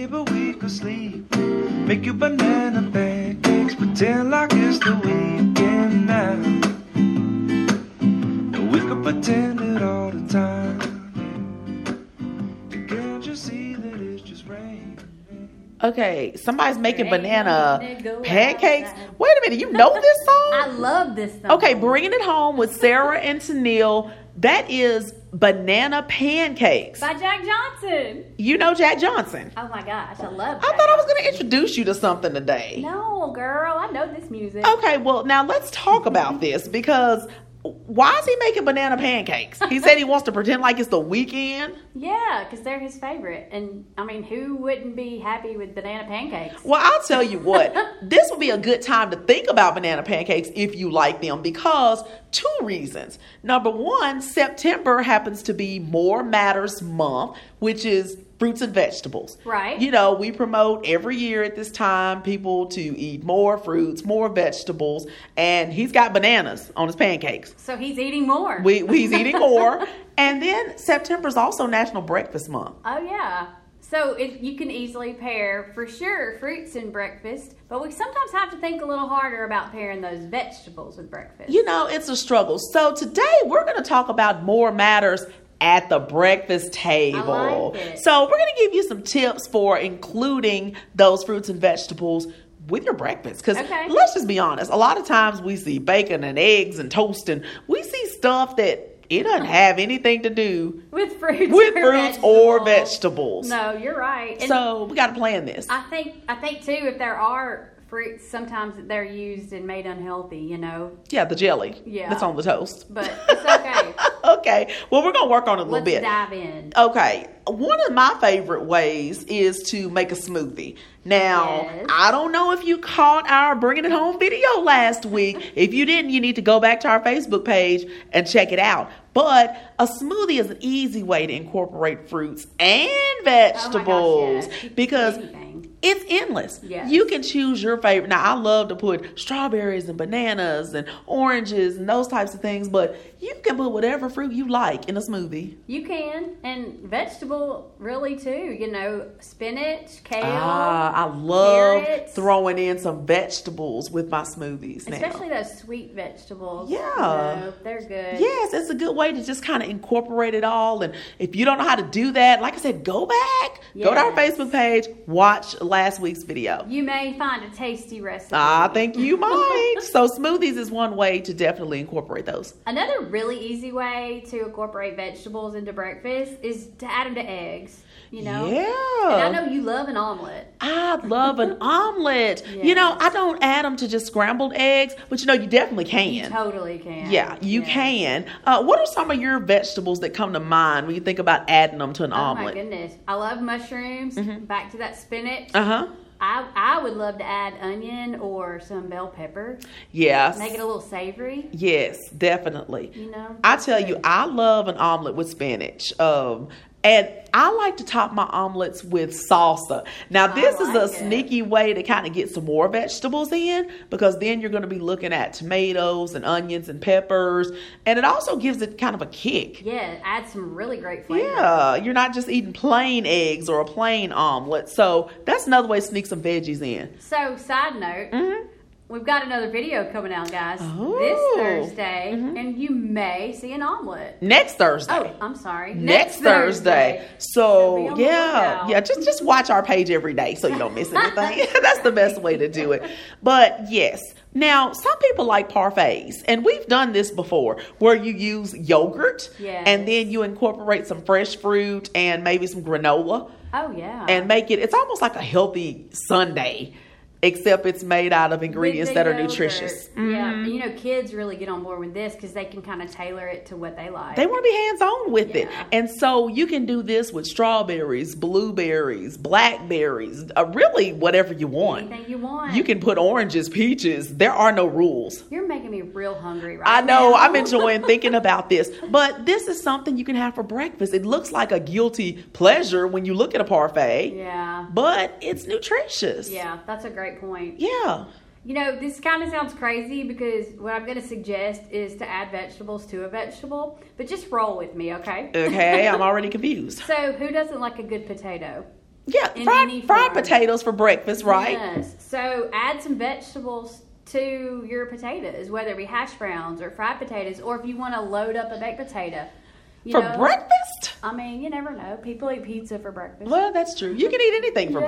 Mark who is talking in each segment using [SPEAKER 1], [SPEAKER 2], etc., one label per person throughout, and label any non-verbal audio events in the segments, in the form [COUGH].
[SPEAKER 1] to sleep. Make you banana pancakes, pretend like it's the weekend now. And we could pretend it all the time. Can't you see that it's just rain?
[SPEAKER 2] Okay, somebody's making
[SPEAKER 3] Rain on a
[SPEAKER 2] banana
[SPEAKER 3] nigga
[SPEAKER 2] pancakes.
[SPEAKER 3] outside.
[SPEAKER 2] Wait a minute, you
[SPEAKER 3] [LAUGHS]
[SPEAKER 2] know this
[SPEAKER 3] I
[SPEAKER 2] song?
[SPEAKER 3] love this song.
[SPEAKER 2] Okay, bringing it home with Sarah and Tennille. That is banana pancakes.
[SPEAKER 3] By Jack Johnson.
[SPEAKER 2] You know Jack Johnson.
[SPEAKER 3] Oh my gosh, I love.
[SPEAKER 2] I thought I was going to introduce you to something today.
[SPEAKER 3] No, girl, I know this music.
[SPEAKER 2] Okay, well, now let's talk about this because why is he making banana pancakes? He said he wants to pretend like it's the weekend.
[SPEAKER 3] Yeah, because they're his favorite, and I mean, who wouldn't be happy with banana pancakes?
[SPEAKER 2] Well, I'll tell you what, this would be a good time to think about banana pancakes if you like them because two reasons. Number one, September happens to be More Matters Month, which is fruits and vegetables.
[SPEAKER 3] Right.
[SPEAKER 2] You know, we promote every year at this time people to eat more fruits, more vegetables, and he's got bananas on his pancakes.
[SPEAKER 3] So he's eating more.
[SPEAKER 2] We, he's eating more. and then September's also National Breakfast Month.
[SPEAKER 3] Oh yeah. So if you can easily pair for sure fruits and breakfast, but we sometimes have to think a little harder about pairing those vegetables with breakfast.
[SPEAKER 2] You know, it's a struggle. So today we're going to talk about more matters at the breakfast table.
[SPEAKER 3] it.
[SPEAKER 2] So we're going to give you some tips for including those fruits and vegetables with your breakfast cuz
[SPEAKER 3] Okay.
[SPEAKER 2] let's just be honest, a lot of times we see bacon and eggs and toast and we see stuff that it doesn't have anything to do
[SPEAKER 3] With fruits
[SPEAKER 2] with
[SPEAKER 3] or
[SPEAKER 2] fruits or
[SPEAKER 3] vegetables.
[SPEAKER 2] vegetables.
[SPEAKER 3] No, you're right. And
[SPEAKER 2] So we got to plan this.
[SPEAKER 3] I think I think too if there are fruits sometimes they're used and made unhealthy, you know.
[SPEAKER 2] Yeah, the jelly.
[SPEAKER 3] Yeah.
[SPEAKER 2] That's on the toast.
[SPEAKER 3] But it's okay.
[SPEAKER 2] [LAUGHS] okay. Well, we're going to work on it a little
[SPEAKER 3] Let's
[SPEAKER 2] bit.
[SPEAKER 3] dive in.
[SPEAKER 2] Okay. One of my favorite ways is to make a smoothie. Now,
[SPEAKER 3] Yes.
[SPEAKER 2] I don't know if you caught our bringing it home video last
[SPEAKER 3] [LAUGHS]
[SPEAKER 2] week. if you didn't, you need to go back to our Facebook page and check it out. But a smoothie is an easy way to incorporate fruits and vegetables
[SPEAKER 3] Oh my gosh, yes.
[SPEAKER 2] because
[SPEAKER 3] Anything.
[SPEAKER 2] it's endless.
[SPEAKER 3] Yes.
[SPEAKER 2] You can choose your favorite. Now, I love to put strawberries and bananas and oranges and those types of things, but you can put whatever fruit you like in a smoothie.
[SPEAKER 3] You can, and vegetable really too. You know, spinach, kale,
[SPEAKER 2] Ah, I love
[SPEAKER 3] carrots.
[SPEAKER 2] throwing in some vegetables with my smoothies now.
[SPEAKER 3] especially those sweet vegetables.
[SPEAKER 2] Yeah.
[SPEAKER 3] you know, they're good.
[SPEAKER 2] Yes, it's a good way to just kind of incorporate it all. And if you don't know how to do that, like I said, go back, go to our
[SPEAKER 3] Yes.
[SPEAKER 2] Facebook page, watch last week's video.
[SPEAKER 3] You may find a tasty recipe.
[SPEAKER 2] I think you
[SPEAKER 3] [LAUGHS]
[SPEAKER 2] might. so, smoothies is one way to definitely incorporate those.
[SPEAKER 3] Another really easy way to incorporate vegetables into breakfast is to add them to eggs. You know.
[SPEAKER 2] Yeah.
[SPEAKER 3] And I know you love an omelet.
[SPEAKER 2] I love
[SPEAKER 3] [LAUGHS]
[SPEAKER 2] an omelet. You know, I don't add them to just scrambled eggs, but you know, you definitely can.
[SPEAKER 3] Totally can.
[SPEAKER 2] yeah, you can. Uh, what are some of your vegetables that come to mind when you think about adding them to an
[SPEAKER 3] Oh my
[SPEAKER 2] omelet? Mm-hmm.
[SPEAKER 3] goodness. I love mushrooms. Back to that spinach.
[SPEAKER 2] Uh huh.
[SPEAKER 3] I, I would love to add onion or some bell pepper.
[SPEAKER 2] Yes.
[SPEAKER 3] Make it a little savory,
[SPEAKER 2] yes, definitely.
[SPEAKER 3] you know.
[SPEAKER 2] I tell you, I love an omelet with spinach. Um, and I like to top my omelets with salsa. Now, this is a
[SPEAKER 3] like it.
[SPEAKER 2] sneaky way to kind of get some more vegetables in because then you're going to be looking at tomatoes and onions and peppers. And it also gives it kind of a kick.
[SPEAKER 3] Yeah, add some really great flavor.
[SPEAKER 2] Yeah, you're not just eating plain eggs or a plain omelet. So that's another way to sneak some veggies in.
[SPEAKER 3] So, side note, we've got another video coming out, guys,
[SPEAKER 2] Mm-hmm. Oh. Mm-hmm.
[SPEAKER 3] this Thursday, and you may see an omelet.
[SPEAKER 2] Next Thursday.
[SPEAKER 3] Oh, I'm sorry.
[SPEAKER 2] next Thursday.
[SPEAKER 3] be
[SPEAKER 2] So
[SPEAKER 3] on the
[SPEAKER 2] yeah,
[SPEAKER 3] lookout.
[SPEAKER 2] yeah, just just watch our page every day so you don't miss anything. [LAUGHS] That's the best way to do it. But yes. Now, some people like parfaits, and we've done this before where you use yogurt
[SPEAKER 3] Yes.
[SPEAKER 2] and then you incorporate some fresh fruit and maybe some granola
[SPEAKER 3] Oh, yeah.
[SPEAKER 2] and make it it's almost like a healthy sundae, except it's made out of
[SPEAKER 3] With
[SPEAKER 2] ingredients
[SPEAKER 3] the
[SPEAKER 2] that are
[SPEAKER 3] yogurt.
[SPEAKER 2] nutritious. Mm-hmm.
[SPEAKER 3] Yeah, and you know, kids really get on board with this because they can kind of tailor it to what they like.
[SPEAKER 2] They want to be hands on with it.
[SPEAKER 3] Yeah.
[SPEAKER 2] And so you can do this with strawberries, blueberries, blackberries, uh, really whatever you want.
[SPEAKER 3] Anything you want.
[SPEAKER 2] You can put oranges, peaches. There are no rules.
[SPEAKER 3] You're making me real hungry right
[SPEAKER 2] I know.
[SPEAKER 3] now.
[SPEAKER 2] I'm
[SPEAKER 3] [LAUGHS]
[SPEAKER 2] enjoying thinking about this. But this is something you can have for breakfast. It looks like a guilty pleasure when you look at a parfait,
[SPEAKER 3] Yeah.
[SPEAKER 2] but it's nutritious.
[SPEAKER 3] Yeah, that's a great point.
[SPEAKER 2] Yeah.
[SPEAKER 3] You know, this kind of sounds crazy because what I'm going to suggest is to add vegetables to a vegetable, but just roll with me, okay?
[SPEAKER 2] Okay. I'm already confused.
[SPEAKER 3] So, who doesn't like a good potato?
[SPEAKER 2] Yeah,
[SPEAKER 3] In any
[SPEAKER 2] fried, fried
[SPEAKER 3] form.
[SPEAKER 2] potatoes for breakfast, right?
[SPEAKER 3] Yes. So add some vegetables to your potatoes, whether it be hash browns or fried potatoes, or if you want to load up a baked potato. You
[SPEAKER 2] for
[SPEAKER 3] know,
[SPEAKER 2] breakfast?
[SPEAKER 3] I mean, you never know. People eat pizza for breakfast.
[SPEAKER 2] Well, that's true. You can eat anything for
[SPEAKER 3] Yes,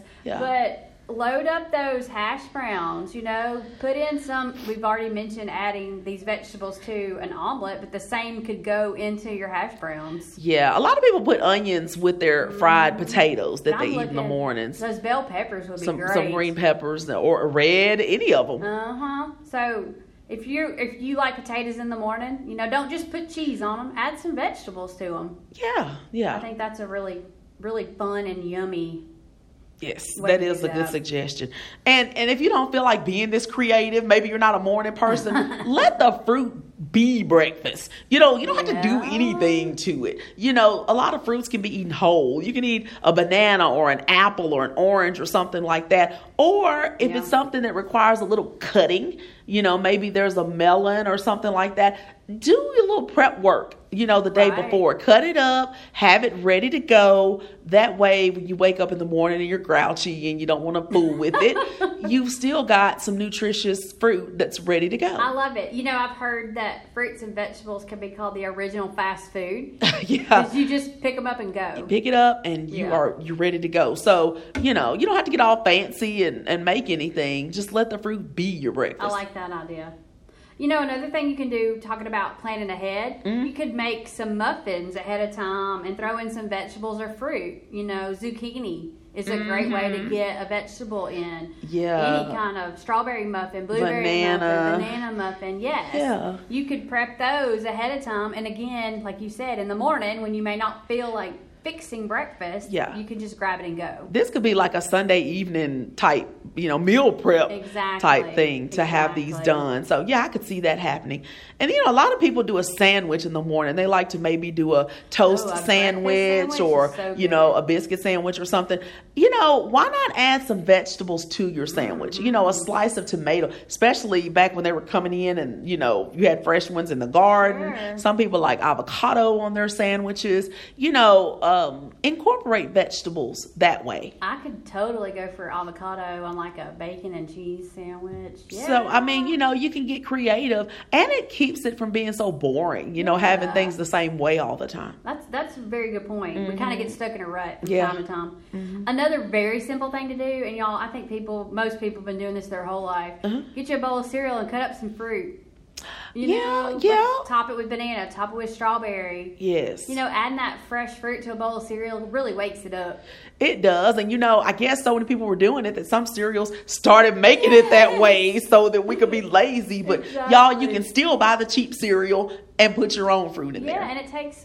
[SPEAKER 2] breakfast. Yeah.
[SPEAKER 3] But load up those hash browns, you know, put in some we've already mentioned adding these vegetables to an omelet, but the same could go into your hash browns.
[SPEAKER 2] yeah, a lot of people put onions with their fried potatoes that
[SPEAKER 3] And
[SPEAKER 2] they
[SPEAKER 3] Mm-hmm. I'm
[SPEAKER 2] eat in the
[SPEAKER 3] looking-
[SPEAKER 2] mornings.
[SPEAKER 3] Those bell peppers would be
[SPEAKER 2] Some
[SPEAKER 3] great.
[SPEAKER 2] some green peppers or red, any of them.
[SPEAKER 3] Uh huh. So if you if you like potatoes in the morning, you know, don't just put cheese on them. Add some vegetables to them.
[SPEAKER 2] Yeah,
[SPEAKER 3] I
[SPEAKER 2] yeah.
[SPEAKER 3] think that's a really really fun and yummy.
[SPEAKER 2] Yes,
[SPEAKER 3] Way
[SPEAKER 2] that
[SPEAKER 3] to
[SPEAKER 2] is
[SPEAKER 3] do
[SPEAKER 2] a good
[SPEAKER 3] that.
[SPEAKER 2] suggestion. And and if you don't feel like being this creative, maybe you're not a morning
[SPEAKER 3] [LAUGHS]
[SPEAKER 2] person, let the fruit be breakfast. You know, you don't have to do
[SPEAKER 3] Yeah.
[SPEAKER 2] anything to it. You know, a lot of fruits can be eaten whole. You can eat a banana or an apple or an orange or something like that. Or if
[SPEAKER 3] Yeah.
[SPEAKER 2] it's something that requires a little cutting, you know, maybe there's a melon or something like that. Do a little prep work, you know, the day
[SPEAKER 3] Right.
[SPEAKER 2] before or cut it up, have it ready to go. That way, when you wake up in the morning and you're grouchy and you don't want to fool with
[SPEAKER 3] [LAUGHS]
[SPEAKER 2] it, you've still got some nutritious fruit that's ready to
[SPEAKER 3] I
[SPEAKER 2] go.
[SPEAKER 3] love it. You know, I've heard that fruits and vegetables can be called the original fast food.
[SPEAKER 2] [LAUGHS] yeah.
[SPEAKER 3] Because you just pick them up and go.
[SPEAKER 2] Pick it up and you
[SPEAKER 3] Yeah.
[SPEAKER 2] are you're ready to go. So, you know, you don't have to get all fancy and, and make anything. Just let the fruit be your breakfast.
[SPEAKER 3] I like that idea. You know, another thing you can do, talking about planning ahead,
[SPEAKER 2] Mm-hmm.
[SPEAKER 3] you could make some muffins ahead of time and throw in some vegetables or fruit. You know, zucchini is a great way to get a vegetable in.
[SPEAKER 2] Mm-hmm. Yeah.
[SPEAKER 3] Any kind of strawberry muffin, blueberry
[SPEAKER 2] Banana.
[SPEAKER 3] muffin, banana muffin, yes.
[SPEAKER 2] Yeah.
[SPEAKER 3] You could prep those ahead of time. And again, like you said, in the morning when you may not feel like fixing breakfast,
[SPEAKER 2] Yeah.
[SPEAKER 3] you can just grab it and go.
[SPEAKER 2] this could be like a Sunday evening type, you know, meal prep
[SPEAKER 3] Exactly.
[SPEAKER 2] type thing to have these
[SPEAKER 3] Exactly.
[SPEAKER 2] done. So yeah, I could see that happening. And you know, a lot of people do a sandwich in the morning. They like to maybe do a toast
[SPEAKER 3] Oh, a breakfast
[SPEAKER 2] sandwich,
[SPEAKER 3] sandwich
[SPEAKER 2] or
[SPEAKER 3] is so
[SPEAKER 2] you know,
[SPEAKER 3] good.
[SPEAKER 2] a biscuit sandwich or something. You know, why not add some vegetables to your sandwich? You know, a slice of tomato, especially back when they were coming in and you know, you had fresh ones in the garden.
[SPEAKER 3] Sure.
[SPEAKER 2] Some people like avocado on their sandwiches. You know, um, incorporate vegetables that way.
[SPEAKER 3] I could totally go for avocado on like a bacon and cheese sandwich. Yeah.
[SPEAKER 2] So I mean, you know, you can get creative, and it keeps it from being so boring. You know, having
[SPEAKER 3] Yeah.
[SPEAKER 2] things the same way all the time.
[SPEAKER 3] that's that's a very good point. We kind of get stuck in a rut from
[SPEAKER 2] Mm-hmm. Yeah. Mm-hmm.
[SPEAKER 3] time to time. Another very simple thing to do, and y'all, I think people, most people, have been doing this their whole life.
[SPEAKER 2] Uh-huh.
[SPEAKER 3] Get you a bowl of cereal and cut up some fruit. You
[SPEAKER 2] Yeah,
[SPEAKER 3] know,
[SPEAKER 2] yeah.
[SPEAKER 3] Top it with banana. Top it with strawberry.
[SPEAKER 2] Yes,
[SPEAKER 3] You know, adding that fresh fruit to a bowl of cereal really wakes it up.
[SPEAKER 2] it does. And you know, I guess so many people were doing it that some cereals started making it that way so that we could be lazy. But y'all, you
[SPEAKER 3] Exactly.
[SPEAKER 2] can still buy the cheap cereal and put your own fruit in
[SPEAKER 3] Yeah,
[SPEAKER 2] there.
[SPEAKER 3] and it takes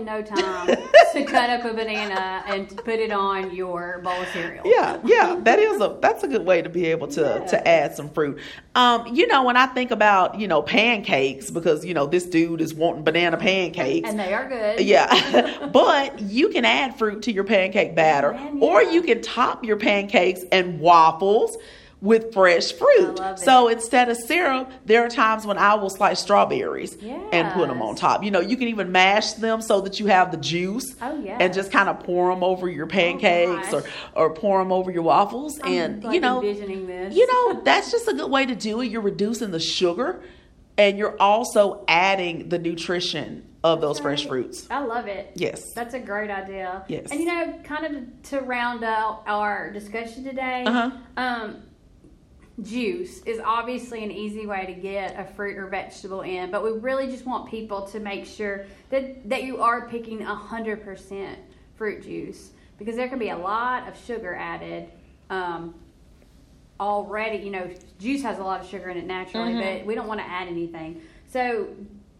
[SPEAKER 2] [LAUGHS]
[SPEAKER 3] no time to cut up a banana and to put it on your bowl of cereal.
[SPEAKER 2] yeah yeah that is a that's a good way to be able to
[SPEAKER 3] Yeah.
[SPEAKER 2] to add some fruit um you know when i think about you know pancakes because you know this dude is wanting banana pancakes
[SPEAKER 3] And they are good. [LAUGHS]
[SPEAKER 2] Yeah, but you can add fruit to your pancake batter,
[SPEAKER 3] Man,
[SPEAKER 2] or
[SPEAKER 3] yeah.
[SPEAKER 2] you can top your pancakes and waffles with fresh fruit.
[SPEAKER 3] love
[SPEAKER 2] So instead of syrup, there are times when I will slice strawberries and put them
[SPEAKER 3] Yes.
[SPEAKER 2] on top. You know, you can even mash them so that you have the juice,
[SPEAKER 3] Oh,
[SPEAKER 2] and
[SPEAKER 3] yes.
[SPEAKER 2] just kind of pour them over your pancakes
[SPEAKER 3] gosh.
[SPEAKER 2] or or pour them over your waffles,
[SPEAKER 3] I'm,
[SPEAKER 2] and
[SPEAKER 3] like,
[SPEAKER 2] you know,
[SPEAKER 3] envisioning this.
[SPEAKER 2] you
[SPEAKER 3] [LAUGHS]
[SPEAKER 2] know, that's just a good way to do it. You're reducing the sugar, and you're also adding the nutrition of those fresh
[SPEAKER 3] right.
[SPEAKER 2] fruits.
[SPEAKER 3] I love it.
[SPEAKER 2] Yes.
[SPEAKER 3] That's a great idea.
[SPEAKER 2] Yes.
[SPEAKER 3] And you know, kind of to round out our discussion today,
[SPEAKER 2] Uh-huh.
[SPEAKER 3] um, juice is obviously an easy way to get a fruit or vegetable in, but we really just want people to make sure that, that you are picking 100% fruit juice because there can be a lot of sugar added. Um, already, you know, juice has a lot of sugar in it naturally,
[SPEAKER 2] Mm-hmm.
[SPEAKER 3] but we don't want to add anything. So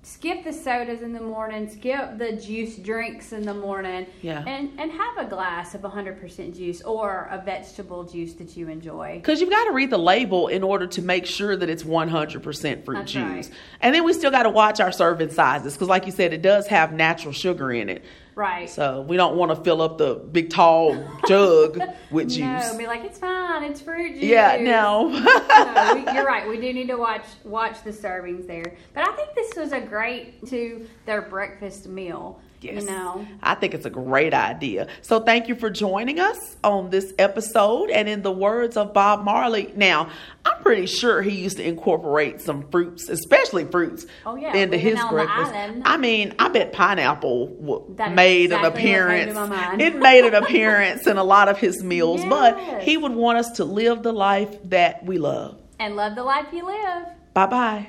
[SPEAKER 3] skip the sodas in the morning, skip the juice drinks in the morning,
[SPEAKER 2] Yeah.
[SPEAKER 3] and and have a glass of 100% juice or a vegetable juice that you enjoy.
[SPEAKER 2] Because you've got to read the label in order to make sure that it's 100% fruit
[SPEAKER 3] That's
[SPEAKER 2] juice.
[SPEAKER 3] right.
[SPEAKER 2] And then we still got to watch our serving sizes because, like you said, it does have natural sugar in it.
[SPEAKER 3] Right.
[SPEAKER 2] So we don't want to fill up the big tall
[SPEAKER 3] [LAUGHS]
[SPEAKER 2] jug with juice.
[SPEAKER 3] No, be like it's fine, it's fruit juice.
[SPEAKER 2] yeah, no.
[SPEAKER 3] [LAUGHS] no,
[SPEAKER 2] [LAUGHS]
[SPEAKER 3] we, you're right. We do need to watch watch the servings there. But I think this was a great to their breakfast meal.
[SPEAKER 2] Yes.
[SPEAKER 3] You know?
[SPEAKER 2] I think it's a great idea. So thank you for joining us on this episode. And in the words of Bob Marley, now I'm pretty sure he used to incorporate some fruits, especially fruits,
[SPEAKER 3] Oh, yeah.
[SPEAKER 2] into
[SPEAKER 3] Living
[SPEAKER 2] his
[SPEAKER 3] on the
[SPEAKER 2] breakfast.
[SPEAKER 3] island.
[SPEAKER 2] I mean, I bet pineapple w-
[SPEAKER 3] That is
[SPEAKER 2] made an
[SPEAKER 3] exactly what came
[SPEAKER 2] appearance.
[SPEAKER 3] to my mind.
[SPEAKER 2] It made
[SPEAKER 3] [LAUGHS]
[SPEAKER 2] an appearance in a lot of his meals, but
[SPEAKER 3] Yes.
[SPEAKER 2] he would want us to live the life that we love.
[SPEAKER 3] And love the life you live.
[SPEAKER 2] Bye bye.